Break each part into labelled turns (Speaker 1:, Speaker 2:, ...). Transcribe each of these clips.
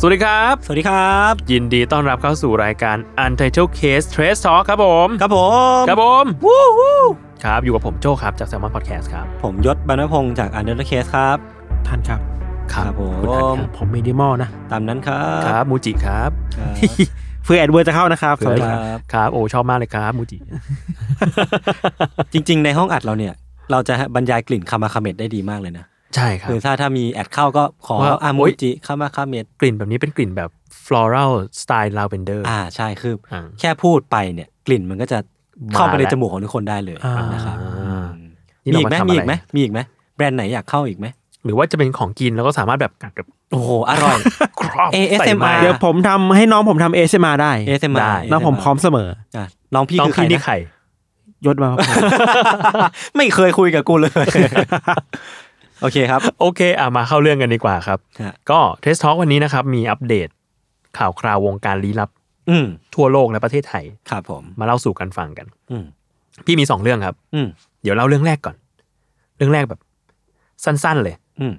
Speaker 1: สวัสดีครับ
Speaker 2: สวัสดีครับ
Speaker 1: ยินดีต้อนรับเข้าสู่รายการ Untitled Case Trace Talk ครับผม
Speaker 2: ครับผม
Speaker 1: ครับผมวู้วู้ครับอยู่กับผมโจครับจาก Salmon Podcast ครับ
Speaker 2: ผมยศบรรณพงศ์จาก u n t i t l e d Case ครับ
Speaker 3: ทันครับ
Speaker 2: ครับผม
Speaker 1: คุณอันครับผมมินิมอลนะ
Speaker 2: ตามนั้นครับ
Speaker 1: ครับมูจิ ครับ
Speaker 2: ครับ
Speaker 3: เพื่อแอดเวอร์จะเข้านะครับ
Speaker 2: สวัสดี
Speaker 3: ค
Speaker 2: ค
Speaker 3: รั
Speaker 2: รั
Speaker 3: บบ
Speaker 1: ครับโอ้ชอบมากเลยครับมูจิ
Speaker 2: จริงๆ ในห้องอัดเราเนี่ย เราจะบรรยายกลิ่นคามาคาเมตได้ดีมากเลยนะ
Speaker 1: ใช่ครับ
Speaker 2: คือถ้าถ้ามีแอดเข้าก็ขอ
Speaker 1: ว่า
Speaker 2: อา
Speaker 1: โอ๊
Speaker 2: มู
Speaker 1: ย
Speaker 2: จิคามาคาเมต
Speaker 1: กลิ่นแบบนี้เป็นกลิ่นแบบ floral style lavender
Speaker 2: อ่าใช่คืออา แค่พูดไปเนี่ยกลิ่นมันก็จะเข้าไป
Speaker 1: มา
Speaker 2: ใน
Speaker 1: แล้ว
Speaker 2: จมูกของทุกคนได้เลย
Speaker 3: อ่า
Speaker 2: นะครับ
Speaker 1: อ่า
Speaker 2: มี
Speaker 1: นี่เรา
Speaker 2: อีกไหมามี
Speaker 1: ทำ
Speaker 2: อี
Speaker 1: อะร
Speaker 2: กไหมมีอีกไหมแบรนด์ไหนอยากเข้าอีกไหม
Speaker 1: หรือว่าจะเป็นของกินแล้วก็สามารถแบบกัดกับ
Speaker 2: โอ้โหอร่อย
Speaker 1: ครอบ
Speaker 2: ASMR
Speaker 1: ใส่ไม้
Speaker 3: เดี๋ยวผมทำให้น้องผมทำเอ m มาได้
Speaker 2: ASMR
Speaker 1: ได้
Speaker 3: น้องผมพร้อมเสมอ
Speaker 2: อ่ะน้องพี่
Speaker 1: ต้อง
Speaker 2: คือใคร
Speaker 1: พี่นี่
Speaker 2: นะ
Speaker 1: ไข่
Speaker 3: ยศมาครับ
Speaker 2: ไม่เคยคุยกับกูเลย โอเคครับ
Speaker 1: โอเคอ่ะมาเข้าเรื่องกันดีกว่าครับ
Speaker 2: ฮะ
Speaker 1: ก็เทสทอ k วันนี้นะครับ มีอัปเดต ข่าวคราววงการลี้ลับ
Speaker 2: อืม
Speaker 1: ทั่วโลกและประเทศไทย
Speaker 2: ครับผม
Speaker 1: มาเล่าสู่กันฟังกัน
Speaker 2: อืม
Speaker 1: พี่มีสองเรื่องครับ
Speaker 2: อืม
Speaker 1: เดี๋ยวเล่าเรื่องแรกก่อน เรื่องแรกแบบ สั้นๆเลย
Speaker 2: อืม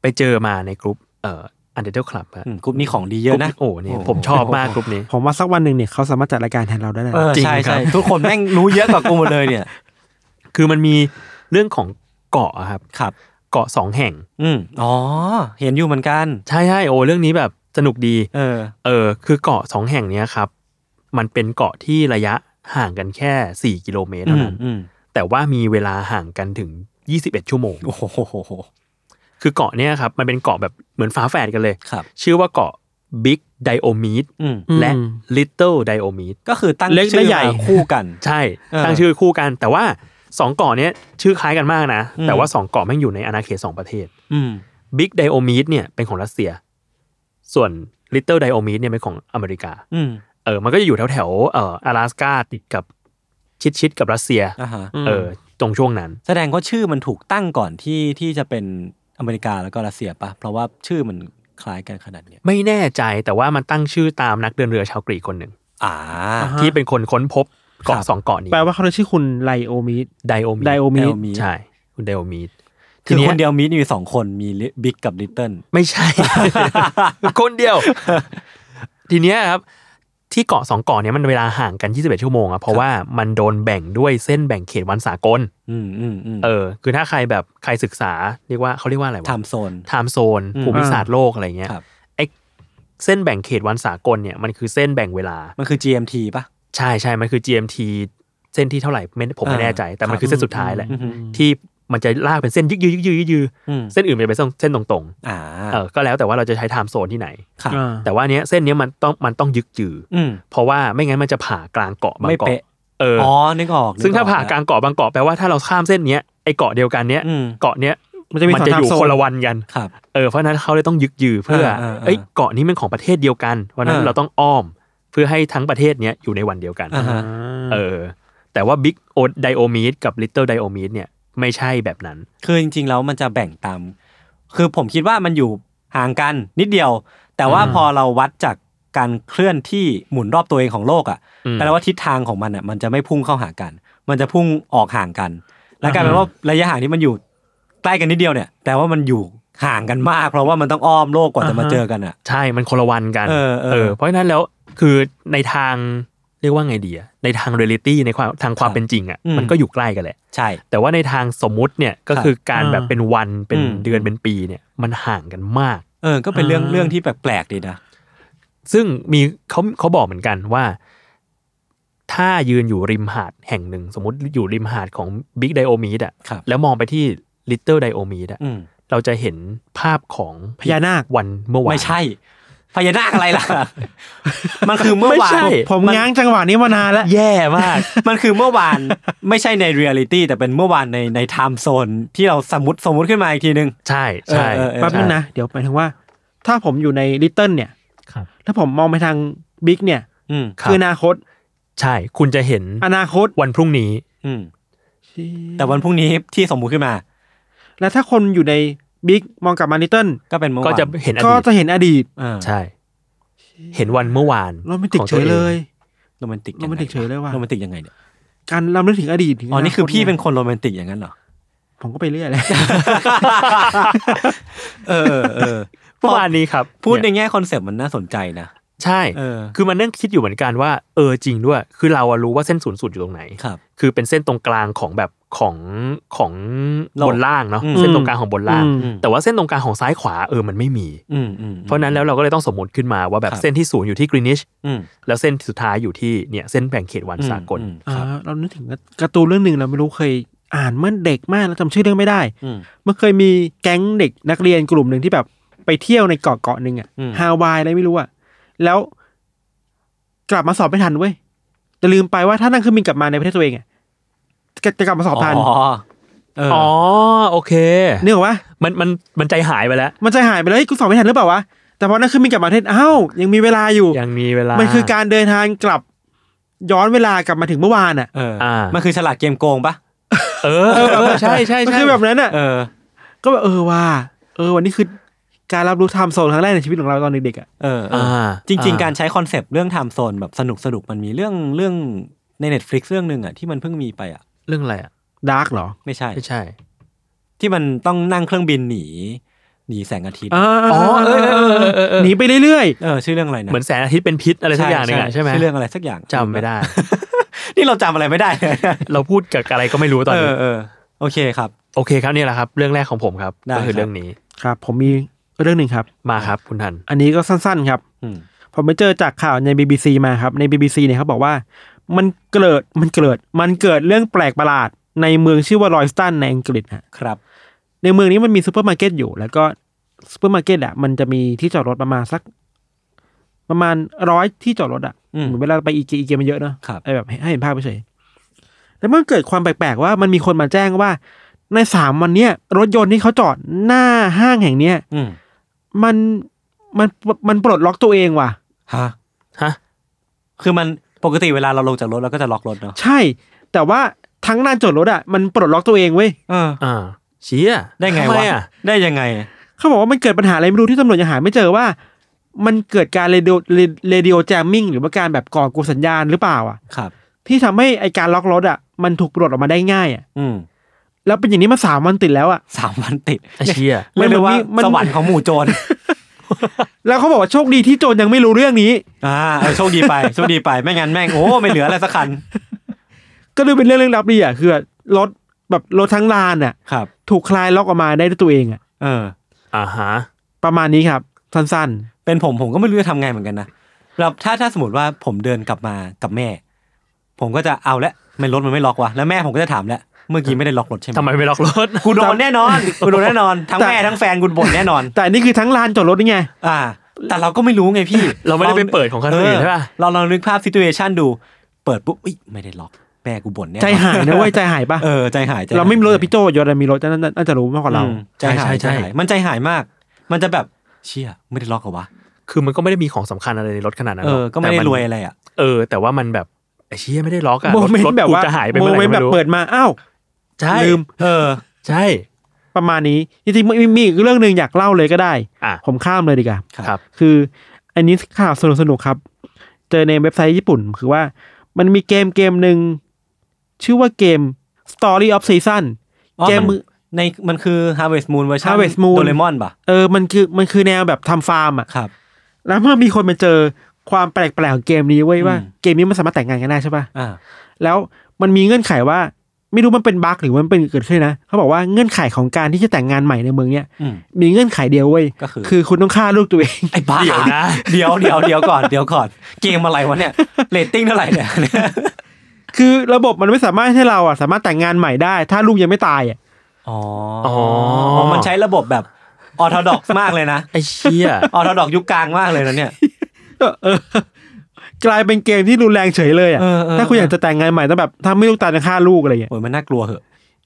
Speaker 1: ไปเจอมาในกลุ่มเอ่ออันเดอร์คลับครับ
Speaker 2: อืมกลุ่มนี้ของดีเยอะนะ
Speaker 1: กลุ่มโอ้เนี่ยผมชอบมากกลุ่มนี้
Speaker 3: ผมว่าสักวันหนึ่งเนี่ยเขาสามารถจัดรายการแทนเราได้แล้ว
Speaker 2: เออ
Speaker 1: จริง
Speaker 2: ใช่
Speaker 1: ครั
Speaker 2: ใช่
Speaker 1: บ
Speaker 2: ทุกคนแม่งรู้เยอะกว่ากูหมดเลยเนี่ย
Speaker 1: คือมันมีเรื่องของเกาะอะครับ
Speaker 2: ครับ
Speaker 1: เกาะสองแห่ง
Speaker 2: อืมอ๋อ เห็นอยู่เหมือนกัน
Speaker 1: ใช่ใช่โอ้เรื่องนี้แบบสนุกดี
Speaker 2: เออ
Speaker 1: เออ คือเกาะสองแห่งเนี้ยครับ มันเป็นเกาะที่ระยะห่างกันแค่สี่กิโลเมตร
Speaker 2: อื
Speaker 1: เท่าม นั้น
Speaker 2: อืม
Speaker 1: แต่ว่ามีเวลาห่างกันถึง 21 ชั่วโมง
Speaker 2: โอ้โห
Speaker 1: คือเกาะเนี่ยครับ มันเป็นเกาะแบบเหมือนฝาแฝดกันเลย
Speaker 2: ครับ
Speaker 1: ชื่อว่าเกาะ Big Diomede
Speaker 2: อืม
Speaker 1: และ Little Diomede
Speaker 2: ก็คือตั้ง
Speaker 3: เล็กและ
Speaker 2: ชื่อ
Speaker 3: ใหญ่
Speaker 2: มาคู่กัน
Speaker 1: ใช่
Speaker 2: เออ
Speaker 1: ตั้งชื่อคู่กัน แต่ว่าสองเกาะเนี้ยชื่อคล้ายกันมากนะ
Speaker 2: อืม
Speaker 1: แต่ว่าสองเกาะแม่งอยู่ในอาณาเขตสองประเทศ
Speaker 2: อืม
Speaker 1: Big Diomede เนี่ยเป็นของรัสเซีย ส่วน Little Diomede เนี่ยเป็นของอเมริกา
Speaker 2: อืม
Speaker 1: เออ มันก็จะอยู่แถวแถวๆเอ่อ阿拉斯าติดกับชิดชิดๆกับรัสเซีย
Speaker 2: อ่าฮะ
Speaker 1: เออ ตรงช่วงนั้น
Speaker 2: แสดงว่าชื่อมันถูกตั้งก่อนที่ที่จะเป็นอเมริกาแล้วก็รัสเซียปะเพราะว่าชื่อมันคล้ายกันขนาดเนี้ย
Speaker 1: ไม่แน่ใจแต่ว่ามันตั้งชื่อตามนักเดินเรือชาวกรีกคนหนึ่ง
Speaker 2: อ่า
Speaker 3: ฮะ
Speaker 1: ที่เป็นคนค้นพบเกาะ
Speaker 2: ครับ
Speaker 1: สองเกาะนี้
Speaker 3: แปลว่าเขาชื่อคุณไลโอมิด
Speaker 1: ไดโอมี
Speaker 3: ไดโอมิด
Speaker 2: ด
Speaker 1: ใช่ คุณไดโอมีด
Speaker 2: คื
Speaker 1: ที
Speaker 2: อ
Speaker 1: เนี้
Speaker 2: ค
Speaker 1: ย
Speaker 2: นเดียวมีอยู่สองคนมีบิ๊กกับลิตเติ้ล
Speaker 1: ไม่ ใช่ คนเดียว ทีเนี้ยครับ ที่เกาะสองเกาะเนี้ยมันเวลาห่างกัน 21 ชั่วโมงอะเพราะว่ามันโดนแบ่งด้วยเส้นแบ่งเขตวันสากล
Speaker 2: อืมอืมอืม
Speaker 1: เออ คือถ้าใครแบบใครศึกษาเรียกว่าเขาเรียกว่าอะไรวะ
Speaker 2: ไทม์โซน
Speaker 1: ไทม์โซน
Speaker 2: อืม
Speaker 1: ภูมิศาสตร์โลกอะไรเงี้ย
Speaker 2: ครับ
Speaker 1: ไอเส้นแบ่งเขตวันสากลเนี่ยมันคือเส้นแบ่งเวลา
Speaker 2: มันคือ GMT ปะ
Speaker 1: ใช่ใช่ มันคือ GMT เส้นที่เท่าไหร่ไม่ผมไม่
Speaker 2: อ่า
Speaker 1: แน่ใจ แต่
Speaker 2: ค
Speaker 1: มั
Speaker 2: รั
Speaker 1: น
Speaker 2: บ
Speaker 1: คือเส้นสุดท้ายแหละ
Speaker 2: อืม
Speaker 1: ที่มันจะลากเป็นเส้นยึกยือยึกยือยึกยือ
Speaker 2: อืม
Speaker 1: เส้นอื่นมันจะเป็นเส้นเส้นตรง
Speaker 2: อ่า
Speaker 1: ๆเออก็แล้วแต่ว่าเราจะใช้ไทม์โซนที่ไหน
Speaker 2: ครับ
Speaker 3: อ่า
Speaker 1: แต่ว่าเนี้ยเส้นเนี้ยมันต้องมันต้องยึกยืออ
Speaker 2: อืม
Speaker 1: เพราะว่าไม่งั้นมันจะผ่ากลางเกาะบาง
Speaker 2: ไม่
Speaker 1: เกาะ
Speaker 2: เป๊ะ
Speaker 1: เอออ
Speaker 2: อ๋อ นึกออก
Speaker 1: ซึ่
Speaker 2: ก
Speaker 1: ง
Speaker 2: อ
Speaker 1: ถ้า
Speaker 2: อ
Speaker 1: ผ่ากลางเกาะบางเกาะแปลว่าถ้าเราข้ามเส้นเนี้ยไอเกาะเดียวกันเนี้ย
Speaker 2: อืม
Speaker 1: เกาะเนี้ย
Speaker 3: มันจะมีสอง
Speaker 1: จะ
Speaker 3: ทา
Speaker 1: อ
Speaker 3: ม
Speaker 1: ยู่
Speaker 3: โซ
Speaker 1: คน
Speaker 3: น
Speaker 1: ละวันกัน
Speaker 2: ครับ
Speaker 1: เออเพราะฉะนั้นเขาเลยต้องยึกยือเพื่อ
Speaker 2: เออเออเออ
Speaker 1: เอ้ยเกาะนี้มันของประเทศเดียวกันเพราะฉะนั้
Speaker 2: เอน อ
Speaker 1: เราต้องอ้อมเพื่อให้ทั้งประเทศเนี้ยอยู่ในวันเดียวกัน
Speaker 2: อ่าฮะ
Speaker 1: เออแต่ว่า Big o d i o m e d กับ Little d i o m e d เนี่ยไม่ใช่แบบนั้น
Speaker 2: คือจริงๆ แล้วมันจะแบ่งตาม คือผมคิดว่ามันอยู่ห่างกันนิดเดียว แต่ว่าพอเราวัดจากการเคลื่อนที่หมุนรอบตัวเองของโลกอ่ะ
Speaker 1: อืม
Speaker 2: แปลว่าทิศทางของมันอ่ะมันจะไม่พุ่งเข้าหากัน มันจะพุ่งออกห่างกัน และกลายเป็นว่าระยะห่างที่มันอยู่ใกล้กันนิดเดียวเนี่ยแปลว่ามันอยู่ห่างกันมาก เพราะว่ามันต้องอ้อมโลกกว่าจะมาเจอกันอ่ะ
Speaker 1: ใช่มันคนละวันกัน
Speaker 2: เออเออ
Speaker 1: เพราะฉะนั้นแล้วคือในทางเรียกว่าไงดีอะในทางเรียลิตี้ในความทางความ
Speaker 2: ครับ
Speaker 1: เป็นจริงอะ
Speaker 2: อืม
Speaker 1: มันก็อยู่ใกล้กันแหละ
Speaker 2: ใช่
Speaker 1: แต่ว่าในทางสมมุติเนี่ยก็คือการแบบเป็นวันเป็น
Speaker 2: อืม
Speaker 1: เดือนเป็นปีเนี่ยมันห่างกันมาก
Speaker 2: เออ ก็เป็นเรื่องเรื่องที่แปลกๆดีนะ
Speaker 1: ซึ่งมีเขาเขาบอกเหมือนกันว่า ถ้ายืนอยู่ริมหาดแห่งหนึ่ง สมมติอยู่ริมหาดของบิ๊กไดโอมีดอ่ะ
Speaker 2: ครับ
Speaker 1: แล้วมองไปที่ลิตเติ้ลไดโอมีดอ่ะ
Speaker 2: อืม
Speaker 1: เราจะเห็นภาพของ
Speaker 3: พญานาค
Speaker 1: วันเมื่อวาน
Speaker 2: ไม่ใช่พญานาคอะไรล่ะ มันคือเมื่อวา
Speaker 1: ไม่ใช่
Speaker 2: น
Speaker 3: ผม
Speaker 2: มัน
Speaker 3: ง้างจังหวะนี้มานานแล้ว
Speaker 2: แย่มาก มันคือเมื่อวาน ไม่ใช่ในเรียลิตี้แต่เป็นเมื่อวานในในไทม์โซนที่เราสมมติสมมติขึ้นมาอีกทีนึง
Speaker 1: ใช่ใช่
Speaker 2: เออเออเออ
Speaker 3: แป๊บนึงนะ เดี๋ยวหมายถึงว่า ถ้าผมอยู่ในลิตเติ้ลเนี่ย
Speaker 1: ครับ
Speaker 3: ถ้าผมมองไปทางบิ๊กเนี่ย
Speaker 2: อืม
Speaker 3: คืออนาคต
Speaker 1: ใช่ คุณจะเห็น
Speaker 3: อนาคต
Speaker 1: วันพรุ่งนี้
Speaker 2: อืมแต่วันพรุ่งนี้ที่สมมุติขึ้นมา
Speaker 3: แล้วถ้าคนอยู่ในบิ๊กมองกลับมาลิตเติ้ล
Speaker 2: ก็เป็นเมื่อวาน
Speaker 1: ก็จะเห็นอ
Speaker 3: ก็
Speaker 1: ดีต
Speaker 3: จะเห็นอดีต
Speaker 2: อ่า
Speaker 1: ใช่ เห็นวันเมื่อวาน
Speaker 3: โรแมนติก
Speaker 1: ของ
Speaker 3: เฉ
Speaker 1: วย อง
Speaker 3: เลย
Speaker 2: โรแมนติก
Speaker 3: โรแมนติกเฉยเลยว่ะ
Speaker 2: โรแมนติกยังไงเนี่ย
Speaker 3: การรำลึกถึงอดีตถึง
Speaker 2: อ๋อนี่คือพี่
Speaker 3: าต
Speaker 2: เป็นคนโรแมนติกอย่างนั้นเหรอ
Speaker 3: ผมก็ไปเรื่อยเลย
Speaker 2: เออเออ
Speaker 1: เมื่อวานนี้ครับ
Speaker 2: พูดใน
Speaker 1: เนี่ย
Speaker 2: แง่คอนเซปต์มันน่าสนใจนะ
Speaker 1: ใช่
Speaker 2: เออ
Speaker 1: คือมันนั่งคิดอยู่เหมือนกันว่าเออจริงด้วย คือเราอะรู้ว่าเส้นศูนย์สูตรอยู่ตรงไหน
Speaker 2: ครับ
Speaker 1: คือเป็นเส้นตรงกลางของแบบของของ
Speaker 2: โลก
Speaker 1: บนล่างเนาะ
Speaker 2: อืม
Speaker 1: เส้นตรงกลางของบนล่าง
Speaker 3: อืม
Speaker 1: แต่ว่าเส้นตรงกลางของซ้ายขวาเออมันไม่มี
Speaker 2: อืมอืม
Speaker 1: เพราะฉะนั้นแล้วเราก็เลยต้องสมมติขึ้นมาว่าแบ
Speaker 2: ค
Speaker 1: บ
Speaker 2: รับ
Speaker 1: เส้นที่ศูนย์อยู่ที่กรีนิช
Speaker 2: อืม
Speaker 1: แล้วเส้นสุดท้ายอยู่ที่เนี่ยเส้นแบ่งเขตวันสากล
Speaker 2: อืม
Speaker 3: อ่า
Speaker 2: ครับ
Speaker 3: เรานึกถึงการ์ตูนเรื่องหนึ่งเราไม่รู้เคยอ่านเมื่อเด็กมากแล้วจำชื่อเรื่องไม่ได้
Speaker 2: อืม
Speaker 3: มันเคยมีแก๊งเด็กนักเรียนกลุ่มหนึ่งที่แบบไปเที่ยวในเกาะเกาะหนึ่งอะ
Speaker 2: อืม
Speaker 3: ฮาวายอะไรไม่รู้อะแล้วกลับมาสอบไม่ทันเว้ยแต่ลืมไปว่าถ้านั่งเครื่องบินกลับมาในประเทศตัวเองอะจะจะกลับมาสอบทัน
Speaker 2: อ๋อเออ
Speaker 1: อ๋อโอเค
Speaker 3: เนื่องว่า
Speaker 1: มันมันมันใจหายไปแล้ว
Speaker 3: มันใจหายไปแล้วเฮ้ยกูสอบไม่ทันหรือเปล่าวะแต่พอนั่งเครื่องบินกลับมาประเทศอ้าวยังมีเวลาอยู่
Speaker 1: ยังมีเวลา
Speaker 3: มั
Speaker 1: มัน
Speaker 3: คือการเดินทางกลับย้อนเวลากลับมาถึงเมื่อวานอะ
Speaker 2: เอออา มันคือฉลาดเกมโกงปะ
Speaker 1: เออเออเออใช่ใช่
Speaker 3: มัน
Speaker 1: ใช่
Speaker 3: คือแบบนั้นอะ
Speaker 2: เออ
Speaker 3: ก็แบบเออว่า เออวันนี้คือการรับรู้ไทม์โซนครั้งแรกในชีวิตของเราตอนเด็กๆอ่ะ
Speaker 2: เออเอ
Speaker 1: อ่า
Speaker 2: อจริง ๆ
Speaker 1: อ่
Speaker 2: การใช้คอนเซปต์เรื่องไทม์โซนแบบสนุกสนุกๆมันมีเรื่องเรื่องใน Netflix เรื่องหนึ่งอ่ะที่มันเพิ่งมีไปอ่ะ
Speaker 1: เรื่องอะไรอ่ะ
Speaker 3: ดาร์กเหรอ
Speaker 2: ไม่ใช่
Speaker 1: ไม่ใช่
Speaker 2: ที่มันต้องนั่งเครื่องบินหนี หนีแสงอาทิตย์
Speaker 3: อ๋อ
Speaker 1: เออเออเออเออเออ
Speaker 3: หนีไปเรื่อย
Speaker 2: เออ ชื่อเรื่องอะไรนะ
Speaker 1: เหมือนแสงอาทิตย์เป็นพิษอะไรสักอย่างหนึงอ่ะใช่ไหม
Speaker 2: ชื่อเรื่องอะไรสักอย่าง
Speaker 1: จำไม่ได้
Speaker 2: นี่เราจำอะไรไม่ได้
Speaker 1: เราพูดกับอะไรก็ไม่ รู้ตอน
Speaker 2: เอ
Speaker 1: นี้
Speaker 2: อเออโอเคครับ
Speaker 1: โอเคครับเนี่ยแหละครับ เรื่องแรกของผมครับ
Speaker 2: ได้
Speaker 1: ก็คือ
Speaker 2: ครับ
Speaker 1: เรื่องนี้
Speaker 3: ๆ ครับ ผมมีเรื่องหนึ่งครับ
Speaker 1: มาครับคุณทัน
Speaker 3: อันนี้ก็สั้นๆครับ
Speaker 2: อืม
Speaker 3: ผมไปเจอจากข่าวใน BBC มาครับ ใน BBC เนี่ยเขาบอกว่า มันเกิดมันเกิดมันเกิดเรื่องแปลกประหลาด ในเมืองชื่อว่าลอยสตันในอังกฤษฮะ
Speaker 2: ครับ
Speaker 3: ในเมืองนี้มันมีซูเปอร์มาร์เก็ตอยู่ แล้วก็ซูเปอร์มาร์เก็ตอ่ะมันจะมีที่จอดรถประมาณสัก ประมาณร้อยที่จอดรถอ่ะ
Speaker 2: อืม
Speaker 3: เหมือนเวลาไปอีเกียอีเกียมันเยอะเนอะ
Speaker 2: ครับ
Speaker 3: ไอ้แบบให้เห็นภาพเฉยๆแล้วมันเกิดความแปลกๆว่ามันมีคนมาแจ้งว่า ในสามวันเนี้ยรถยนต์ที่เขาจอดหน้าห้างแห่งเนี้ย
Speaker 2: อืม
Speaker 3: มันมันมันปลดล็อกตัวเองว่ะ
Speaker 2: ฮะ
Speaker 1: ฮะ
Speaker 2: คือมันปกติเวลาเราลงจากรถเราก็จะล็อกรถเนาะ
Speaker 3: ใช่ แต่ว่าทั้งลานจอดรถอ่ะมันปลดล็อกตัวเองเว้ย
Speaker 2: เออ
Speaker 1: อ่าเชี้ย
Speaker 2: ได้ไง
Speaker 1: ทำม
Speaker 2: วะ
Speaker 1: อ่
Speaker 2: ได้ยังไง
Speaker 3: เขาบอกว่ามันเกิดปัญหาอะไรไม่รู้ที่ตำรวจยังหาไม่เจอว่า มันเกิดการเรดิโอเรดิโอแจมมิ่งหรือว่าการแบบก่อกวนสัญญาณหรือเปล่าอ่ะ
Speaker 2: ครับ
Speaker 3: ที่ทำให้ไอการล็อกรถอ่ะมันถูกปลดออกมาได้ง่ายอ่ะ
Speaker 2: อืม
Speaker 3: แล้วเป็นอย่างนี้มาสามวันติดแล้วอ่ะ
Speaker 2: สามวันติด
Speaker 1: ไอ้เชี้ย
Speaker 2: เรียกได้ว่า
Speaker 3: มัน
Speaker 2: สวรรค์ของหมู่โจร
Speaker 3: แล้วเขาบอกว่าโชคดีที่โจรยังไม่รู้เรื่องนี้
Speaker 2: อ่าเออโชคดี ไป โชคดีไปไม่งั้นแม่งโอ้ไม่เหลืออะไรสักคัน
Speaker 3: ก็ดูเป็นเรื่องลึกลับดีอ่ะคือรถแบบรถทั้งลานอ่ะ
Speaker 2: ครับ
Speaker 3: ถูกคลายล็อกออกมาได้ด้วยตัวเองอ่ะ
Speaker 2: เออ
Speaker 1: อ่าฮะ
Speaker 3: ประมาณนี้ครับ สั้น
Speaker 2: เป็นผมผมก็ไม่รู้จะทำไงเหมือนกันนะเราถ้าถ้าสมมติว่าผมเดินกลับมากับแม่ ผมก็จะเอาละไม่รถมันไม่ล็อกวะแล้วแม่ผมก็จะถามละเมื่อกี้ไม่ได้ล็อกรถใช่ไหม
Speaker 1: ทำไมไม่ล็อกรถ
Speaker 2: กูโดนแน่นอนกูโดนแน่น อนทั้งแม่ทั้งแฟนกูบ่นแน่นอน
Speaker 3: ๆ แต่อันนี่คือทั้งลานจอดรถนี่ไง
Speaker 2: อ่า แต่เราก็ไม่รู้ไงพี่
Speaker 1: เราไม่ได้ไปเปิดของคันอื่นใช่ป่ะ
Speaker 2: เราลองนึกภาพซิ t u เ t ชันดู เปิดปุ๊บอุ๊ยไม่ได้ล็อกแม่กูบ่นแน่นอน
Speaker 3: ใจหายนะเว้ยใจหายปะ
Speaker 2: เออใจหายใจหย
Speaker 3: เราไม่มีรถแต่พี่โจยอดมีรถนั่นน่าจะรู้มากกว่าเรา
Speaker 2: อืมใจหาย
Speaker 1: ใช่
Speaker 2: ใจ
Speaker 1: ใช่
Speaker 2: หายมันใจหายมาก มันจะแบบเชี่ยไม่ได้ล็อกเหรอวะ
Speaker 1: คือมันก็ไม่ได้มีของสำคัญอะไรในรถขนาดนั้น
Speaker 2: เอ
Speaker 1: หร
Speaker 2: อ
Speaker 1: อก
Speaker 2: ก็ไม่ได้
Speaker 1: แต่น
Speaker 2: รวยอะไรอ่ะ
Speaker 1: เออ แต่ว่ามันแบบไอ้เชี้ยไม่ได้ล็อกอะ
Speaker 3: โม
Speaker 1: รถ
Speaker 3: เมน
Speaker 1: รถ
Speaker 3: ต์แบบ
Speaker 1: กู
Speaker 3: ว่า
Speaker 1: จะหายไป
Speaker 3: โม
Speaker 1: เมื่อไห
Speaker 3: เม
Speaker 1: ร่
Speaker 3: นต์แบ
Speaker 1: ก็
Speaker 3: บ
Speaker 1: ไม่รู้
Speaker 3: เปิดมาอ้าว
Speaker 1: ใช่
Speaker 3: ลืม
Speaker 2: เออ
Speaker 1: ใช่
Speaker 3: ประมาณนี้จริงๆมีมีอีกเรื่องหนึ่งอยากเล่าเลยก็ได้
Speaker 1: อ่ะ
Speaker 3: ผมข้ามเลยดีกว่า
Speaker 1: ครับ
Speaker 3: คืออันนี้ข่าวสนุกๆครับ เจอในเว็บไซต์ญี่ปุ่นคือว่ามันมีเกมเกมหนึ่งชื่อว่าเกม Story of Season
Speaker 2: อ๋อ
Speaker 3: เกม
Speaker 2: น
Speaker 3: มือ
Speaker 2: ในมันคือ Harvest Moon เวอร์ชัน
Speaker 3: Harvest Moon
Speaker 2: โดเรมอนป่ะ
Speaker 3: เออมันคือมันคือแนวแบบทำฟาร์มอ่ะ
Speaker 2: ครับ
Speaker 3: แล้วเมื่อมีคนมาเจอความแปลกๆของเกมนี้เว้ยว่า
Speaker 2: อืม
Speaker 3: เกมนี้มันสามารถแต่งงานกันได้ใช่ป่ะ
Speaker 2: อ่า
Speaker 3: แล้วมันมีเงื่อนไขว่า ไม่รู้มันเป็นบั๊กหรือมันเป็นเกิดขึ้นนะเขาบอกว่าเงื่อนไขของการที่จะแต่งงานใหม่ในเมืองเนี้ย
Speaker 2: อืม
Speaker 3: มีเงื่อนไขเดียวเว้ย
Speaker 2: ก็คือ
Speaker 3: คือคุณต้องฆ่าลูกตัวเอง
Speaker 2: ไอ้บ้า
Speaker 1: เดี๋ยวนะ
Speaker 2: เดี๋ยวเดี๋ยวเดี๋ยวก่อนเดี๋ยวก่อนเกมอะไรวะเนี่ยเรตติ้งเท่าไหร่เนี่ย
Speaker 3: คือระบบมันไม่สามารถให้เราอ่ะสามารถแต่งงานใหม่ได้ ถ้าลูกยังไม่ตายอ่ะ
Speaker 2: อ๋อ
Speaker 1: อ๋อ
Speaker 2: มันใช้ระบบแบบออทอดอกมากเลยนะ
Speaker 1: ไอ้เชี่ย
Speaker 2: ออทอดอกยุคกลางมากเลยนะเนี่ย
Speaker 3: เออ กลายเป็นเกมที่รุนแรงเฉยเลยอ่ะ
Speaker 2: เออเออ
Speaker 3: ถ้าคุณอยากจะแต่งงานใหม่ต้องแบบถ้าไม่ลูกตายจะฆ่าลูกอะไรอย่างเงี้ย
Speaker 2: โอ้ยมันน่ากลัวเหอะ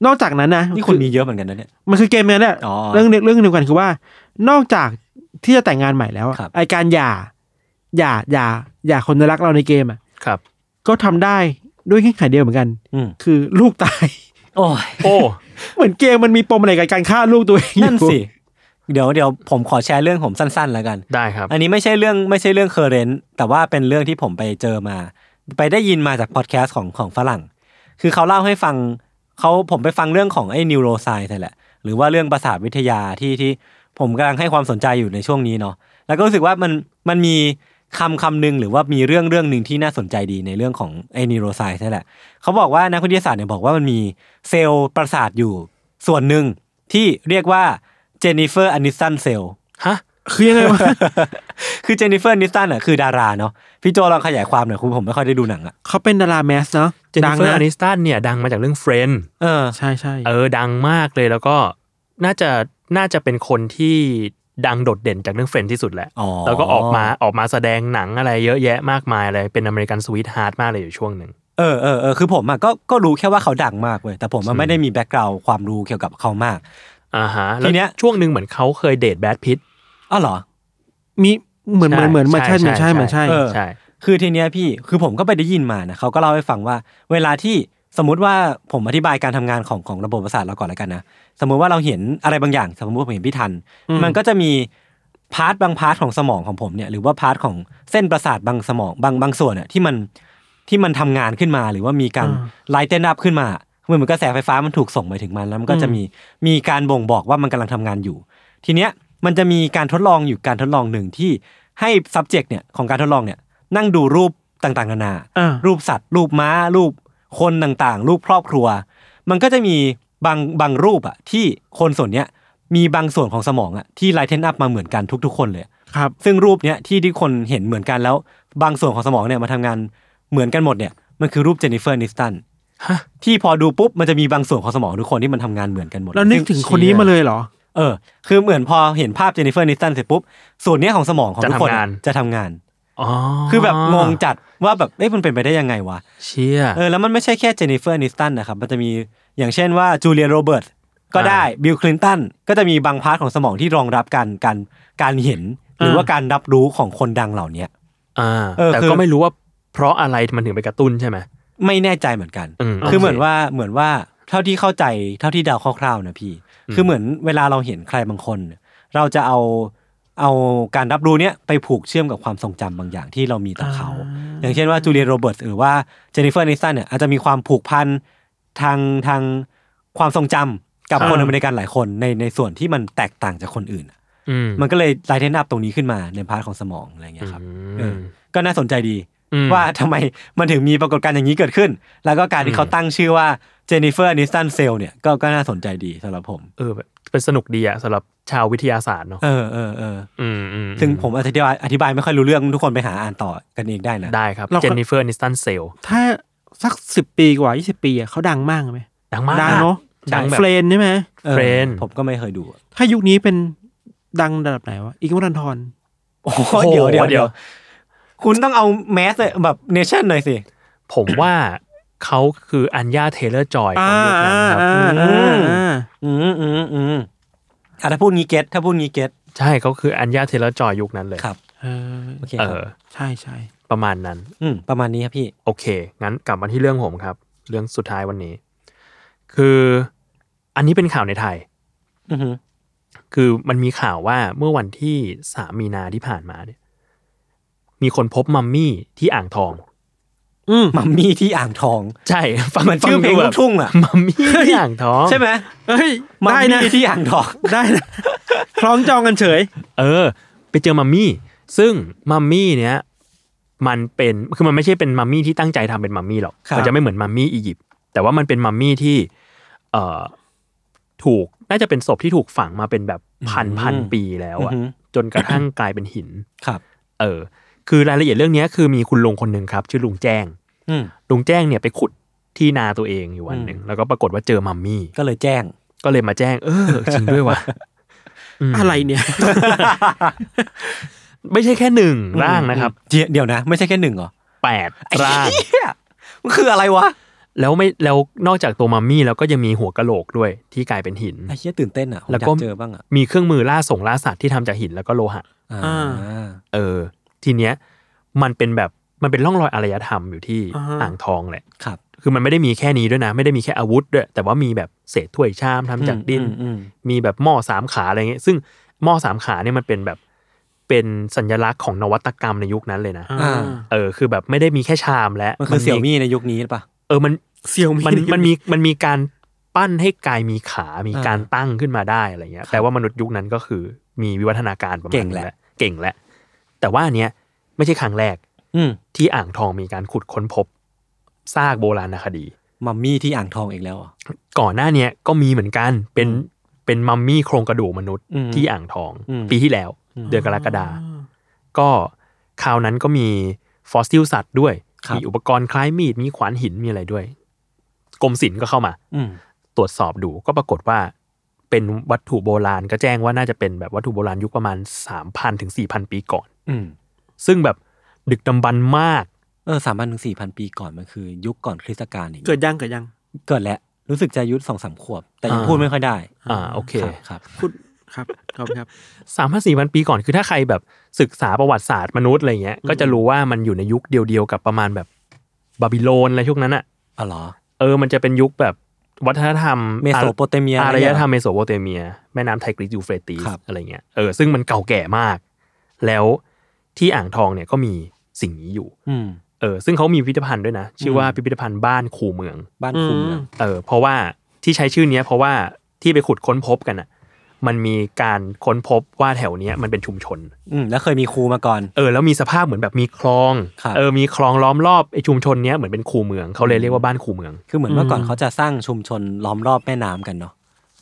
Speaker 3: นอกจากนั้นนะ
Speaker 2: นี่คุณมีเยอะเหมือนกันนะเนี่ย
Speaker 3: มันคือเกมเนี้ยแหละ
Speaker 2: อ๋อ
Speaker 3: เรื่องเดียวเรื่องเดียวกันคือว่า นอกจากที่จะแต่งงานใหม่แล้วอะ
Speaker 2: ครับ
Speaker 3: ไอการหย่าหย่าหย่าหย่าคนรักเราในเกมอ่ะ
Speaker 1: ครับ
Speaker 3: ก็ทำได้ด้วยเงื่อนไขเดียวเหมือนกัน
Speaker 2: อืม
Speaker 3: คือลูกตาย
Speaker 2: โอ้ย
Speaker 1: โอ้
Speaker 3: เหมือนเกมมันมีปมอะไรกับการฆ่าลูกตัวเองอยู่
Speaker 2: นั่นสิ เดี๋ยวเดี๋ยวผมขอแชร์เรื่องผมสั้นๆแล้วกัน
Speaker 1: ได้ครับ
Speaker 2: อันนี้ไม่ใช่เรื่องไม่ใช่เรื่องเคอร์เรนต์แต่ว่าเป็นเรื่องที่ผมไปเจอมา ไปได้ยินมาจากพอดแคสต์ของของฝรั่ง คือเขาเล่าให้ฟังเขาผมไปฟังเรื่องของไอ้นิวโรไซน์นี่นแหละ หรือว่าเรื่องประสาทวิทยาที่ที่ผมกำลังให้ความสนใจอยู่ในช่วงนี้เนาะแล้วก็รู้สึกว่ามันมันมีคำคำหนึ่งหรือว่ามีเรื่องเรื่องหนึ่งที่น่าสนใจดีในเรื่องของไอ้นิวโรไซน์นี่นแหละ เขาบอกว่านักวิทยาศาสตร์เนี่ยบอกว่ามันมีเซลล์ประสาทอยู่ส่วนหนึ่งที่เรียกว่าเจนิเฟอร์อนิสันเซล
Speaker 1: ฮะ
Speaker 3: คือยังไง วะ
Speaker 2: คือเจนนิเฟอร์นิสตันอ่ะคือดาราเนาะพี่โจลองขยายความหน่อยคุณผมไม่ค่อยได้ดูหนังอ่ะ
Speaker 3: เขาเป็นดาราแมสเนาะ
Speaker 1: เจนนิ
Speaker 3: ดัง
Speaker 1: เฟอร์
Speaker 3: นะ
Speaker 1: อานิสตันเนี่ยดังมาจากเรื่องเฟรน
Speaker 2: เออ
Speaker 3: ใช่ใช่
Speaker 1: เออดังมากเลยแล้วก็น่าจะน่าจะเป็นคนที่ดังโดดเด่นจากเรื่องเฟรนด์ที่สุดแหละ
Speaker 2: อ๋อ
Speaker 1: แล้วก็ออกมาออกมาแสดงหนังอะไรเยอะแยะมากมายอะไรเป็นอเมริกันสวีทฮาร์ดมากเลยอยู่ช่วงหนึ่ง
Speaker 2: เออเออเออคือผมอ่ะก็ก็รู้แค่ว่าเขาดังมากเว้ยแต่ผม
Speaker 1: อื
Speaker 2: อะ
Speaker 1: ม
Speaker 2: ไม่ได้มีแบ็กกราวความรู้เกี่ยวกับเขามาก
Speaker 1: อ่าฮะแล้ว
Speaker 2: ทีเนี้ย
Speaker 1: ช่วงหนึ่งเหมือนเขาเคยเดทแบทพิท
Speaker 2: อ้าวเหรอ
Speaker 3: มีเหมือนเหมือนเหมือนเหมือน
Speaker 1: ใช่
Speaker 3: ใช่เหมือนใช่
Speaker 1: ใช่
Speaker 3: เหมือน
Speaker 2: เออ
Speaker 3: ใช่
Speaker 1: ใช่
Speaker 2: คือทีเนี้ยพี่คือผมก็ไปได้ยินมานะเขาก็เล่าให้ฟังว่า เวลาที่สมมติว่าผมอธิบายการทำงานของของระบบประสาทเราก่อนแล้วกันนะสมมุติว่าเราเห็นอะไรบางอย่าง สมมติว่าผมเห็นพี่ทัน มันก็จะมีพาร์ทบางพาร์ทของสมองของผมเนี่ยหรือว่าพาร์ทของเส้นประสาทบางสมองบางบางส่วนเนี่ยที่มันที่มันทำงานขึ้นมา หรือว่ามีการไลท์เต้นอัพขึ้นมาเหมือนเหมือนกระแสไฟฟ้ามันถูกส่งไปถึงมันแล้วมันก็จะมีมีการบ่งบอกว่ามันกำลังทำงานอยู่ ทีเนี้ยมันจะมีการทดลองอยู่การทดลองหนึ่งที่ให้ subject เนี่ยของการทดลองเนี่ยนั่งดูรูปต่างๆนานา
Speaker 3: อ่า
Speaker 2: รูปสัตว์ รูปม้า รูปคนต่างๆ รูปครอบครัว มันก็จะมีบางบางรูปอะที่คนส่วนเนี้ยมีบางส่วนของสมองอะที่ไลท์เทนอัพมาเหมือนกันทุกๆ คนเลย
Speaker 3: ครับ
Speaker 2: ซึ่งรูปเนี้ยที่ที่คนเห็นเหมือนกันแล้ว บางส่วนของสมองเนี่ยมาทำงานเหมือนกันหมดเนี่ยมันคือรูปเจนนิเฟอร์นิสตัน
Speaker 1: ฮะ
Speaker 2: ที่พอดูปุ๊บมันจะมีบางส่วนของสมองทุกคนที่มันทำงานเหมือนกันหมด
Speaker 3: แล้วนึกถึงคนนี้มาเลยเหรอ
Speaker 2: เออ คือเหมือนพอเห็นภาพเจนนิเฟอร์นิสตันเสร็จปุ๊บ ส่วนเนี้ยของสมองของทุกคน
Speaker 1: จะทำงาน
Speaker 2: จะทำงาน
Speaker 1: อ๋อ
Speaker 2: คือแบบงงจัดว่าแบบ เอ้ยมันเป็นไปได้ยังไงวะ
Speaker 1: เชี่ย
Speaker 2: เออ แล้วมันไม่ใช่แค่เจนนิเฟอร์นิสตันนะครับ มันจะมีอย่างเช่นว่าจูเลียโรเบิร์ตก็ได้ บิลคลินตัน ก็จะมีบางพาร์ทของสมองที่รองรับการการการเห็น หรือว่าการรับรู้ของคนดังเหล่าเนี้ย
Speaker 1: อ่า
Speaker 2: เออ
Speaker 1: แต่
Speaker 2: คือ
Speaker 1: ก็ไม่รู้ว่าเพราะอะไรมันถึงไปกระตุ้นใช่ไหม
Speaker 2: ไม่แน่ใจเหมือนกัน
Speaker 1: อืม
Speaker 2: คือ
Speaker 1: โอเค
Speaker 2: เหมือนว่าเหมือนว่าเท่าที่เข้าใจเท่าที่เดาคร่าวๆนะพี่
Speaker 1: อืม
Speaker 2: คือเหมือนเวลาเราเห็นใครบางคนเนี่ยเราจะเอาเอาการรับรู้เนี้ยไปผูกเชื่อมกับความทรงจำบางอย่างที่เรามีต่อเขา อย่างเช่นว่าจูเลียโรเบิร์ตหรือว่าเจนนิเฟอร์นิสตันเนี่ยอาจจะมีความผูกพันทางทางความทรงจำกับ
Speaker 3: อ่า
Speaker 2: คนอเมริกันหลายคนในในส่วนที่มันแตกต่างจากคนอื่น
Speaker 1: อืม
Speaker 2: มันก็เลยไลท์เทนอัพตรงนี้ขึ้นมาในพาร์ทของสมองอะไรเงี้ยครับ เออ ก็น่าสนใจดี
Speaker 1: ม
Speaker 2: ว่าทำไมมันถึงมีปรากฏการณ์อย่างนี้เกิดขึ้น แล้วก็การที่เขาตั้งชื่อว่าเจนนิเฟอร์นิสตันเซลเนี่ยก็ก็น่าสนใจดีสำหรับผม
Speaker 1: เออแบบเป็นสนุกดีอะสำหรับชาววิทยาศาสตร์เนาะ
Speaker 2: เออเออเออ
Speaker 1: อืมอืม
Speaker 2: ซึ่งผมอธิบายอธิบายไม่ค่อยรู้เรื่องทุกคนไปหาอ่านต่อกันเองได้นะ
Speaker 1: ได้ครับ
Speaker 3: เราก็
Speaker 1: เจนนิเฟอร์นิสตันเซล
Speaker 3: ถ้าสักสิบปีกว่ายี่สิบปีอ่ะเขาดังมากไหม
Speaker 1: ดังมาก
Speaker 3: ดังเนาะ
Speaker 1: ดังแบบ
Speaker 3: เฟรนใช่ไหม
Speaker 2: ออ
Speaker 1: Friend
Speaker 2: ผมก็ไม่เคยดู
Speaker 3: ถ้ายุคนี้เป็นดังระดับไหนวะอีกวรันทร
Speaker 2: โอ้โหเดี๋ยวเดี๋ยวเดี๋ยว คุณต้องเอาแมสเลยแบบเนชั่นหน่อยสิ
Speaker 1: ผมว่าเขาคืออัญญาเทเลอร์จอยของยุคนั้นครับ
Speaker 3: อ่า
Speaker 2: อื
Speaker 3: อ่าม อ่า
Speaker 2: อืมอืมอืมอ่ะถ้าพูดงี้เก็ตถ้าพูดงี้เก็ต
Speaker 1: ใช่เขาคืออัญญาเทเลอร์จอยยุคนั้นเลย
Speaker 2: ครับ
Speaker 3: เออ
Speaker 2: โอเคค
Speaker 1: เอ
Speaker 2: รับ
Speaker 1: อ
Speaker 3: ใช่ใช่
Speaker 1: ประมาณนั้น
Speaker 2: อืมประมาณนี้ครับพี่
Speaker 1: โอเค งั้นกลับมาที่เรื่องผมครับ เรื่องสุดท้ายวันนี้ คืออันนี้เป็นข่าวในไทย
Speaker 2: อือฮึ
Speaker 1: คือมันมีข่าวว่าเมื่อวันที่สามมีนาที่ผ่านมาเนี่ย มีคนพบมัมมี่ที่อ่างทอง
Speaker 3: อืม
Speaker 2: มัมมี่ที่อ่างทอง
Speaker 1: ใช่ ฟัง
Speaker 2: เหมือนชื่อเพลงลู
Speaker 1: ดูแบบ
Speaker 2: กทุ่งอ่ะ
Speaker 1: มัมมี่ที่อ่างทอง
Speaker 2: ใช่ไหม
Speaker 3: เอ้ย
Speaker 2: มัม
Speaker 3: ได้นะ
Speaker 2: มี่ที่อ่างทอง
Speaker 3: ได้นะ คล้องจองกันเฉย
Speaker 1: เออ ไปเจอมัมมี่ ซึ่งมัมมี่เนี้ยมันเป็นคือมันไม่ใช่เป็นมัมมี่ที่ตั้งใจทำเป็นมัมมี่หรอก
Speaker 2: ครับ
Speaker 1: มันจะไม่เหมือนมัมมี่อียิปต์ แต่ว่ามันเป็นมัมมี่ที่เอ่อถูกน่าจะเป็นศพที่ถูกฝังมาเป็นแบบพัน
Speaker 2: อืม
Speaker 1: พันปีแล้วอะ
Speaker 2: อือหือ
Speaker 1: จนกระทั่งกลายเป็นหิน
Speaker 2: ครับ
Speaker 1: เออ คือรายละเอียดเรื่องเนี้ยคือมีคุณลุงคนหนึ่งครับ ชื่อลุงแจ้ง
Speaker 2: อืม
Speaker 1: ลุงแจ้งเนี่ยไปขุดที่นาตัวเองอยู่วันหนึ่ง
Speaker 2: อืม
Speaker 1: แล้วก็ปรากฏว่าเจอมัมมี่
Speaker 2: ก็เลยแจ้ง
Speaker 1: ก็เลยมาแจ้ง เออ จริงด้วย ว่ะม
Speaker 3: อะไรเนี่ย
Speaker 1: ไม่ใช่แค่หนึ่งร่างนะครับ
Speaker 2: เดี๋ยวเดี๋ยวนะ ไม่ใช่แค่หนึ่งเหรอ
Speaker 1: แปดร่าง
Speaker 2: เหี้ยมันคืออะไรวะ
Speaker 1: แล้วไม่แล้วนอกจากตัวมัมมี่แล้วก็ยังมีหัวกะโหลกด้วยที่กลายเป็นหิน
Speaker 2: ไอ้เหี้ยตื่นเต้นอ่ะผม
Speaker 1: แล้ว
Speaker 2: อยา
Speaker 1: ก็
Speaker 2: กเจอบ้างอ่ะ
Speaker 1: มีเครื่องมือล่าส่งล่าสัตว์ที่ทำจากหินแล้วก็โลหะ
Speaker 2: อ่า
Speaker 3: อ่า
Speaker 1: เออ ทีเนี้ย มันเป็นแบบมันเป็นร่องรอยอารยธรรมอยู่ที่
Speaker 3: อ่าฮะ
Speaker 1: อ่างทองแหละ
Speaker 2: ครับ
Speaker 1: คือมันไม่ได้มีแค่นี้ด้วยนะ ไม่ได้มีแค่อาวุธด้วย แต่ว่ามีแบบเศษถ้วยชามทำจากดิน
Speaker 2: อืมอืม
Speaker 1: มีแบบหม้อสามขาอะไรเงี้ย ซึ่งหม้อสามขาเนี่ยมันเป็นแบบเป็นสัญลักษณ์ของนวัตกรรมในยุคนั้นเลยนะ
Speaker 3: อ่า
Speaker 1: เออ คือแบบไม่ได้มีแค่ชามและ
Speaker 2: มันคือเสี่ยวมี่ในยุคนี้หรือเปล่า
Speaker 1: เออ มัน
Speaker 3: เสี่ยวมี
Speaker 1: มัน
Speaker 3: ในยุค
Speaker 1: มันมีมันมีการปั้นให้กายมีขา มี
Speaker 2: อ่า
Speaker 1: การตั้งขึ้นมาได้อะไรเงี้ย แปลว่ามนุษย์ยุคนั้นก็คือมีวิวัฒนาการประมาณ
Speaker 2: เก่ง
Speaker 1: นึ
Speaker 2: แหละ
Speaker 1: เก่งแหละ แต่ว่าอันเนี้ยไม่ใช่ครั้งแรก
Speaker 2: อืม
Speaker 1: ที่อ่างทองมีการขุดค้นพบซากโบราณคดี
Speaker 2: มัมมี่ที่อ่างทองอีกแล้วเหรอ
Speaker 1: ก่อนหน้าเนี้ยก็มีเหมือนกัน เป็นเป็นมัมมี่โครงกระดูกมนุษย์
Speaker 2: อืม
Speaker 1: ที่อ่างทอง
Speaker 2: อืม
Speaker 1: ปีที่แล้ว เดือนกรกฎาก็คราวนั้นก็มีฟอสซิลสัตว์ด้วย
Speaker 2: ครับ
Speaker 1: มีอุปกรณ์คล้ายมีด มีขวานหิน มีอะไรด้วย กรมศิลป์ก็เข้ามา
Speaker 2: อืม
Speaker 1: ตรวจสอบดูก็ปรากฏว่าเป็นวัตถุโบราณก็แจ้งว่าน่าจะเป็นแบบวัตถุโบราณยุคประมาณ 3,000 ถึง 4,000 ปีก่อน
Speaker 2: อืม
Speaker 1: ซึ่งแบบดึกดำบรรพ์มาก
Speaker 2: เออสามพันถึงสี่พันปีก่อนมันคือ ยุคก่อนคริสตกาลอีก
Speaker 3: เกิดยังเกิดยัง
Speaker 2: เกิดแล้วรู้สึกจะอายุสองสามขวบ แต่ยัง
Speaker 1: อ่า
Speaker 2: พูดไม่ค่อยได้
Speaker 1: อ่าโอเค
Speaker 2: รับครับ
Speaker 3: พูดครับขอบคุณครับ
Speaker 1: สามพันสี่พันปีก่อนคือถ้าใครแบบศึกษาประวัติศาสตร์มนุษย์อะไรเงี้ย ก็จะรู้ว่ามันอยู่ในยุคเดียวๆกับประมาณแบบบาบิโลนอะไรพวกนั้นอะ
Speaker 2: อ๋อเหรอ
Speaker 1: เออมันจะเป็นยุคแบบวัฒนธรรม
Speaker 2: เมโสโปเตเมีย
Speaker 1: อาร
Speaker 2: อะ
Speaker 1: ยธรรม
Speaker 2: ไรอย่างเงี้ย
Speaker 1: เมโสโปเตเมีย แม่น้ำไทกรีสยูเฟรติส
Speaker 2: ครับ
Speaker 1: อะไรเงี้ยเออซึ่งมันเก่าแก่มาก แล้วที่อ่างทองเนี่ยก็มีสิ่งนี้อยู่
Speaker 2: อืม
Speaker 1: เออซึ่งเขามีพิพิธภัณฑ์ด้วยนะ ชื่อว่า
Speaker 2: อืม
Speaker 1: พิพิธภัณฑ์บ้านคูเมือง
Speaker 2: บ้านคุมเมือง
Speaker 1: เออเพราะว่าที่ใช้ชื่อเนี้ยเพราะว่าที่ไปขุดค้นพบกันอ่ะมันมีการค้นพบว่าแถวเนี้ยมันเป็นชุมชน
Speaker 2: อืมแล้วเคยมีครูมาก่อน
Speaker 1: เออแล้วมีสภาพเหมือนแบบมีคลอง
Speaker 2: ครับ
Speaker 1: เออมีคลองล้อมรอบไอชุมชนเนี้ยเหมือนเป็นคูเมืองเขาเลยเรียกว่าบ้านคูเมือง
Speaker 2: คือเหมือนเมื่อก่อน
Speaker 3: อืม
Speaker 2: เขาจะสร้างชุมชนล้อมรอบแม่น้ำกันเนาะ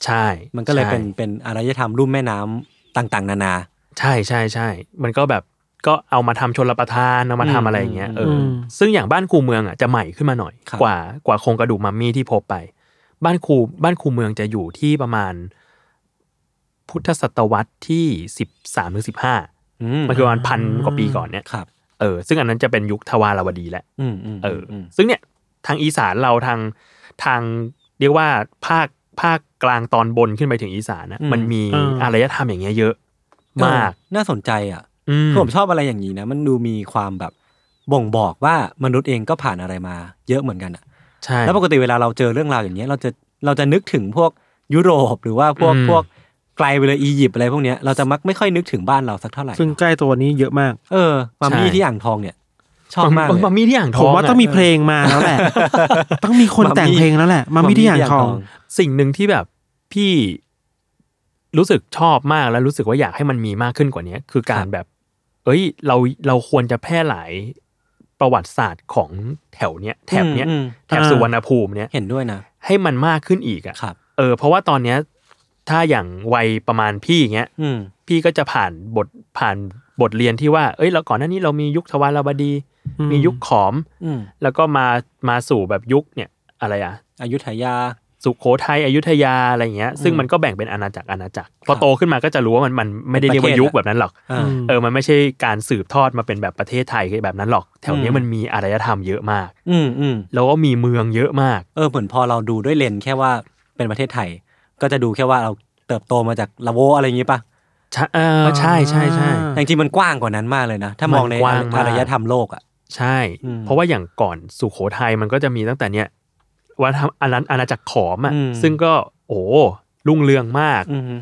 Speaker 1: ใช่
Speaker 2: มันก็เลย
Speaker 1: ใช่
Speaker 2: เป็นเป็นอารยธรรมรูปแม่น้ำต่างๆ นานา
Speaker 1: ใช่ใช่ใช่มันก็แบบก็เอามาทำชนรประทานเอามาทำอะไรอย่างเงี้ย
Speaker 2: อืม
Speaker 1: เอออ
Speaker 3: ม
Speaker 1: ซึ่งอย่างบ้านคูเมืองอ่ะจะใหม่ขึ้นมาหน่อย
Speaker 2: ครับ
Speaker 1: กว่ากว่าโครงกระดูกมัมมี่ที่พบไป บ้านคูบ้านคูเมืองจะอยู่ที่ประมาณ พุทธศตวรรษที่สิบสามถึงสิบห้า
Speaker 2: อื
Speaker 1: มันคือประมาณพันกว่าปีก่อนเนี่ย
Speaker 2: ครับ
Speaker 1: เออซึ่งอันนั้นจะเป็นยุคทวารวดีแหละ
Speaker 2: อืมอืม
Speaker 1: เอออ
Speaker 2: ม
Speaker 1: ซึ่งเนี่ยทางอีสานเราทางทางเรียกว่าภาคภาคกลางตอนบนขึ้นไปถึงอีสานนะมันมี
Speaker 3: เอออ
Speaker 1: อารยธรรมอย่างเงี้ยเยอะมาก
Speaker 2: เออน่าสนใจอ่ะ
Speaker 1: อืม
Speaker 2: คือผมชอบอะไรอย่างนี้นะ มันดูมีความแบบบ่งบอกว่ามนุษย์เองก็ผ่านอะไรมา เยอะเหมือนกันอ่ะ
Speaker 1: ใช่
Speaker 2: แล้วปกติเวลาเราเจอเรื่องราวอย่างเงี้ยเราจะเราจะนึกถึงพวกยุโรปหรือว่าพวก
Speaker 1: อืม
Speaker 2: พวกไกลไปเลยอียิปต์อะไรพวกเนี้ยเราจะมักไม่ค่อยนึกถึงบ้านเราสักเท่าไหร่
Speaker 3: ซึ่งใกล้ตัวนี้เยอะมาก
Speaker 2: เออมามี่ที่อ่างทองเนี่ยชอบมาก
Speaker 1: บ
Speaker 2: เลย
Speaker 1: บะหมีที่อ่างท
Speaker 3: ผ
Speaker 1: อ
Speaker 3: มว่า
Speaker 1: งะ
Speaker 3: ต้องมีเพลงมาแล้วแหละ ต้องมีคน
Speaker 2: มัมมี่
Speaker 3: แต่งเพลงแล้วแหละ มามิที่อ่างทอง
Speaker 1: สิ่งหนึ่งที่แบบพี่รู้สึกชอบมากแล้วรู้สึกว่าอยากให้มันมีมากขึ้นกว่านี้คือการแบบ เอ้ย เราเราควรจะแพร่หลายประวัติศาสตร์ของแถวเนี้ยแถบเนี้ย
Speaker 2: อืมอืม
Speaker 1: แถบ
Speaker 3: อ่า
Speaker 1: สุวรรณภูมิเนี้ย
Speaker 2: เห็นด้วยนะ
Speaker 1: ให้มันมากขึ้นอีกอ่ะ
Speaker 2: ครับ
Speaker 1: เออเพราะว่าตอนเนี้ยถ้าอย่างวัยประมาณพี่อย่างเงี้ย
Speaker 2: อืม
Speaker 1: พี่ก็จะผ่านบทผ่านบทเรียนที่ว่า เอ้ยเราก่อนหน้านี้เรามียุคทวารวดี
Speaker 3: อืม
Speaker 1: มียุคขอม
Speaker 2: อืม
Speaker 1: แล้วก็มามาสู่แบบยุคเนี่ยอะไรอะ
Speaker 2: อายุทยา
Speaker 1: สุโขทัยอยุธยาอะไรเงี้ย ซึ่งมันก็แบ่งเป็นอาณาจักรอาณาจักรพอโตขึ้นมาก็จะรู้ว่ามันมันไม่ได้เรียกว่ายุคแบบนั้นหรอก
Speaker 2: อ่า
Speaker 1: เออมันไม่ใช่การสืบทอดมาเป็นแบบประเทศไทยแบบนั้นหรอกแถวเนี้ย
Speaker 2: อืม
Speaker 1: มันมีอารยธรรมเยอะมาก
Speaker 2: อืมอืม
Speaker 1: แล้วก็มีเมืองเยอะมาก
Speaker 2: เออเหมือนพอเราดูด้วยเลนส์แค่ว่าเป็นประเทศไทย ก็จะดูแค่ว่าเราเติบโตมาจากละโวอะไรอย่างงี้ปะ
Speaker 1: ใช่เออใช่ใช่ใช่
Speaker 3: อ่า
Speaker 2: แต่จริงๆมันกว้างกว่านั้นมากเลยนะ ถ้ามองใน
Speaker 1: มันกว้างมาก
Speaker 2: อารยธรรมโลกอ่ะ
Speaker 1: ใช่
Speaker 2: อืม
Speaker 1: เพราะว่าอย่างก่อนสุโขทัยมันก็จะมีตั้งแต่เนี่ยวัฒนธรรมอาณาอาณาจักรขอมอ่ะ
Speaker 2: อืม
Speaker 1: ซึ่งก็โอ้รุ่งเรืองมาก
Speaker 2: อืม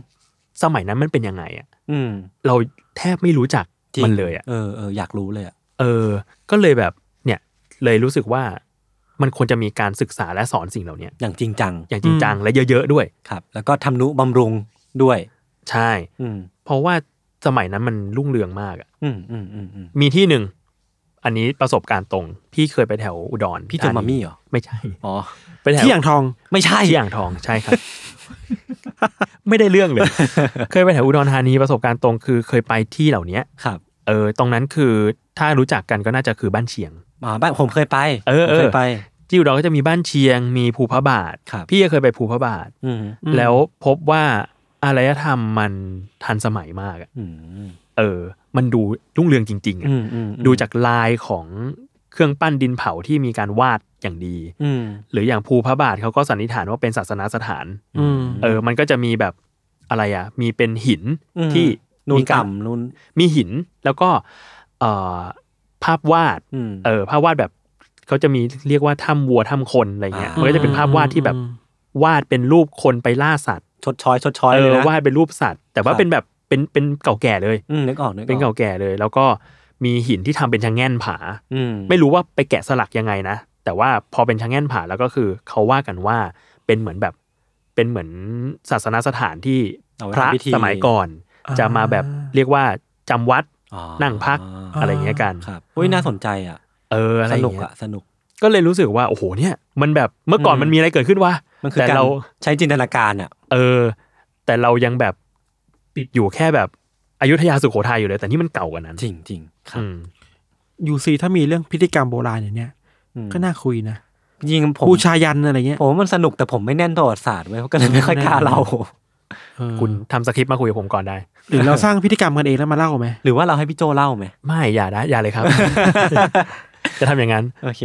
Speaker 1: สมัยนั้นมันเป็นยังไงอ่ะ
Speaker 2: อืม
Speaker 1: เราแทบไม่รู้จัก
Speaker 2: จริง
Speaker 1: มันเลยอ่ะ
Speaker 2: เออเอออยากรู้เลยอ่ะ
Speaker 1: เออ ก็เลยแบบเนี่ยเลยรู้สึกว่ามันควรจะมีการศึกษาและสอนสิ่งเหล่าเนี้ย
Speaker 2: อย่างจริงจัง
Speaker 1: อย่างจริงจังและเยอะๆด้วย
Speaker 2: ครับ แล้วก็ทำนุบำรุงด้วย
Speaker 1: ใช่
Speaker 2: อืม
Speaker 1: เพราะว่าสมัยนั้นมันรุ่งเรืองมากอ่ะ
Speaker 2: อืมอืมอืมอืม
Speaker 1: มีที่หนึ่ง อันนี้ประสบการณ์ตรง พี่เคยไปแถวอุดร
Speaker 2: พี่เจอมามี่เหรอ
Speaker 1: ไม่ใช่
Speaker 2: อ๋อ
Speaker 1: ไปแถว
Speaker 3: ที่อย่างทอง
Speaker 2: ไม่ใช่
Speaker 1: ที่อ่างทองใช่ครับ ไม่ได้เรื่องเลย เคยไปแถวอุดรธานีประสบการณ์ตรงคือเคยไปที่เหล่าเนี้ย
Speaker 2: ครับ
Speaker 1: เออตรงนั้นคือถ้ารู้จักกันก็น่าจะคือบ้านเชียง
Speaker 2: อ่าบ้านผมเคยไป
Speaker 1: เออเอ
Speaker 2: ผม
Speaker 1: อ
Speaker 2: เคยไป
Speaker 1: ที่อุดรก็จะมีบ้านเชียง มีภูพระบาท
Speaker 2: ครับ
Speaker 1: พี่ก็เคยไปภูพระบาท
Speaker 2: อืม
Speaker 3: อืม
Speaker 1: แล้วพบว่าอารยธรรมมันทันสมัยมากอะ
Speaker 2: อืม
Speaker 1: เออ มันดูรุ่งเรืองจริงๆอะ
Speaker 2: อืมอืม
Speaker 1: ดูจากลายของเครื่องปั้นดินเผาที่มีการวาดอย่างดี
Speaker 2: อืม
Speaker 1: หรืออย่างภูพระบาทเขาก็สันนิษฐานว่าเป็นศาสนาสถาน
Speaker 3: อืม
Speaker 1: เออ มันก็จะมีแบบอะไรอ่ะ มีเป็นหิน
Speaker 2: อืม
Speaker 1: ที่
Speaker 2: นูน
Speaker 1: มีการ
Speaker 2: ต่ำนูน
Speaker 1: มีหินแล้วก็เอ่อภาพวาด
Speaker 2: อืม
Speaker 1: เออ ภาพวาดแบบเขาจะมีเรียกว่าถ้ำวัวถ้ำคนอะไรเงี้ย
Speaker 2: อ่ามั
Speaker 1: มันก็จะเป็นภาพวาดที่แบบ
Speaker 3: อืม
Speaker 1: วาดเป็นรูปคนไปล่าสัตว์
Speaker 2: ชดช้อยชดช้อย
Speaker 1: เอ
Speaker 2: เลย
Speaker 1: อ
Speaker 2: นะ
Speaker 1: วาดเป็นรูปสัตว์ แต่ว่า
Speaker 2: ครับ
Speaker 1: เป็นแบบเป็นเป็นเก่าแก่เลย
Speaker 2: อืมนึกออกนึกออก
Speaker 1: เป็นเก่าแก่เลย แล้วก็มีหินที่ทำเป็นชะแง่นผา
Speaker 2: อืม
Speaker 1: ไม่รู้ว่าไปแกะสลักยังไงนะ แต่ว่าพอเป็นชางแง่นผาแล้วก็คือเขาว่ากันว่าเป็นเหมือนแบบเป็นเหมือนศาสนสถานที่
Speaker 2: เอาไว้
Speaker 1: พระ
Speaker 2: ทำพิธี
Speaker 1: สมัยก่อน
Speaker 3: อ่า
Speaker 1: จะมาแบบเรียกว่าจำวัด
Speaker 2: อ๋อ
Speaker 1: นั่งพัก อะไรอย่างเงี้ยกัน
Speaker 2: ครับอุ้ยน่าสนใจอ่ะ
Speaker 1: เอออะไร
Speaker 2: ส
Speaker 1: อ
Speaker 2: นุ
Speaker 1: ย่าก งเงี้
Speaker 2: อ่ะ
Speaker 1: ย
Speaker 2: สนุก
Speaker 1: ก็เลยรู้สึกว่า โอ้โหเนี่ย มันแบบเมื่อก่อน
Speaker 2: อืม
Speaker 1: มันมีอะไรเกิดขึ้นวะ
Speaker 2: มันคือ
Speaker 1: แต่
Speaker 2: การ
Speaker 1: เรา
Speaker 2: ใช้จินตนาการอ่ะ
Speaker 1: เออ แต่เรายังแบบติดอยู่แค่แบบอยุธยาสุโขทัยอยู่เลย แต่นี่มันเก่ากว่านั้น
Speaker 2: จริงจริงๆครับ
Speaker 1: อืม
Speaker 3: ยูซีถ้ามีเรื่องพิธีกรรมโบราณอย่างเนี้ย
Speaker 2: อืม
Speaker 3: ก็น่าคุยนะ
Speaker 2: จริงผม
Speaker 3: บูชายันอะไรเงี้ย
Speaker 2: ผมว่ามันสนุกแต่ผมไม่แน่นประวัติศาสตร์ไว้ย เขาก็เลยไม่ค่อยกล้าเรา
Speaker 3: เออ
Speaker 1: คุณทำสคริปต์มาคุยกับผมก่อนได้
Speaker 3: หรือเราสร้างพิธีกรรมกันเองแล้วมาเล่าไหม
Speaker 2: หรือว่าเราให้พี่โจเล่า ไหม
Speaker 1: ไม่อย่านะอย่า เลยครับ จะทำอย่างนั้น
Speaker 2: โอเค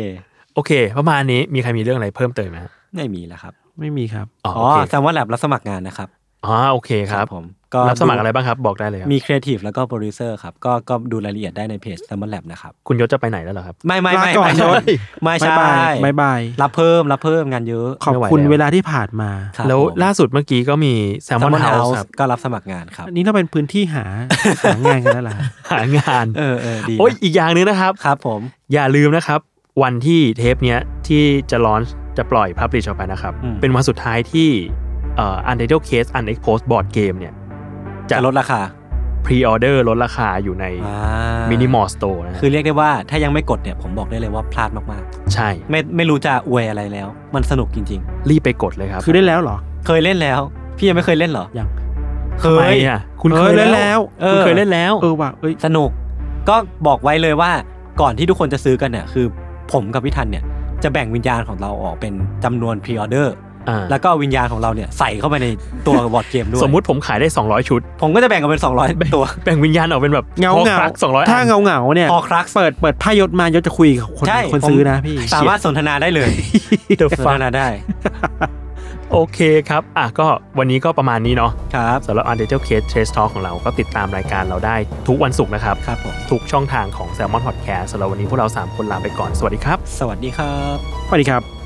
Speaker 1: โอเค ประมาณนี้มีใครมีเรื่องอะไรเพิ่มเติมไหมฮะ
Speaker 2: ไม่มีแล้วครับ
Speaker 3: ไม่มีครับ
Speaker 1: อ๋อ
Speaker 2: อ๋
Speaker 1: อ๋
Speaker 2: อ
Speaker 1: อโอเค
Speaker 2: แซมว่าแลบรับสมัครงานนะครับ
Speaker 1: อ๋อโอเคครับ
Speaker 2: ผมก็
Speaker 1: รับสมัครอะไรบ้างครับ บอกได้เลยครับ
Speaker 2: มีครีเอทีฟแล้วก็โปรดิวเซอร์ครับก็ก็ดูรายละเอียดได้ในเพจแซมว่าแลบนะครับ
Speaker 1: คุณยศจะไปไหนแล้วเหรอครับ
Speaker 2: ไม่ไม่ไม่
Speaker 3: ลาก่อน
Speaker 2: ไม่ใช่
Speaker 3: ยศ
Speaker 2: ไม่ใช่
Speaker 3: บายบายบายบาย
Speaker 2: รับเพิ่มรับเพิ่มงานเยอะ
Speaker 3: ขอบคุณ
Speaker 1: ไม่ไหว
Speaker 3: เว
Speaker 1: แล้ว
Speaker 3: ลาที่ผ่านมา
Speaker 2: ครับ
Speaker 1: แล้ว
Speaker 2: ผม
Speaker 1: ล่าสุดเมื่อกี้ก็มีแซลมอน
Speaker 2: Salmon
Speaker 1: เฮา
Speaker 2: House
Speaker 1: ส์ครับ
Speaker 2: ก็รับสมัครงานครับ
Speaker 3: อันนี้เราเป็นพื้นที่หา หางานกันแล้วล่ะ
Speaker 1: หางาน
Speaker 2: เออเออดีนะ
Speaker 1: โอ้ยอีกอย่างหนึงนะครับ
Speaker 2: ครับผม
Speaker 1: อย่าลืมนะครับ วันที่เทปเนี้ยที่จะลอนจะปล่อยพับลิชออกไปนะครับ เป็นวันสุดท้ายที่เอ่อ Untitled Case Unexposed Board Game เนี่ย
Speaker 2: จะลดราคา
Speaker 1: พรีออเดอร์ลดราคาอยู่ใน
Speaker 2: อ่า
Speaker 1: มินิมอลสโตร์นะฮะ
Speaker 2: คือเรียกได้ว่าถ้ายังไม่กดเนี่ยผมบอกได้เลยว่าพลาดมาก
Speaker 1: ใช่
Speaker 2: ๆ ไม่ไม่รู้จะอวยอะไรแล้ว มันสนุกจริง
Speaker 1: รีบไปกดเลยครับ
Speaker 3: คือได้แล้วเหรอ
Speaker 2: ๆ เคยเล่นแล้ว พี่ยังไม่เคยเล่นเหรอ
Speaker 3: ยัง
Speaker 2: เค
Speaker 1: ทำไม
Speaker 2: ย
Speaker 1: อ่ะคุณ
Speaker 3: อ
Speaker 1: เค
Speaker 3: อย ได้
Speaker 1: เล่นแล้
Speaker 3: แล้ว ว
Speaker 2: เออ
Speaker 1: คุณเคยเล่นแล้ว
Speaker 3: เออว่ะเอ้ย
Speaker 2: สนุกก็บอกไว้เลยว่าก่อนที่ทุกคนจะซื้อกันเนี่ยคือผมกับพี่ทันเนี่ยจะแบ่งวิญญาณของเราออกเป็นจำนวนพรีออเดอร์
Speaker 1: อ่า
Speaker 2: แล้วก็เอาวิญญาณของเราเนี่ยใส่เข้าไปในตัวบอร์ดเกมด้วย
Speaker 1: สมมุติผมขายได้ 200 ชุด
Speaker 2: ผมก็จะแบ่งกันเป็น 200 ตัว
Speaker 1: แบ่งวิญญาณออกเป็นแบบ
Speaker 3: เงา
Speaker 1: พอ
Speaker 3: เงา
Speaker 1: คลักสองร้อย
Speaker 3: ถ้าเงาเงาเนี่ย
Speaker 2: พอคลัก
Speaker 3: เปิดเปิดไพ่ยศมา ยศจะคุยกับคน
Speaker 2: ใช่
Speaker 3: คน
Speaker 2: ผม
Speaker 3: ซื้อนะพี่
Speaker 2: สามารถสนทนาได้เลย
Speaker 1: เด
Speaker 2: สนทนาได้
Speaker 1: โอเคครับ อ่ะก็วันนี้ก็ประมาณนี้เนาะ
Speaker 2: ครับ
Speaker 1: สำหรับ u n d e r t a l e Case Trace Talk ของเราก็ติดตามรายการเราได้ทุกวันศุกร์นะครับ
Speaker 2: ครับผม
Speaker 1: ทุกช่องทางของ Salmon Podcast สำหรับวันนี้พวกเรา 3 คนลาไปก่อน สวัสดีครับ
Speaker 2: สวัสดีครับ
Speaker 3: สวัสดีครับ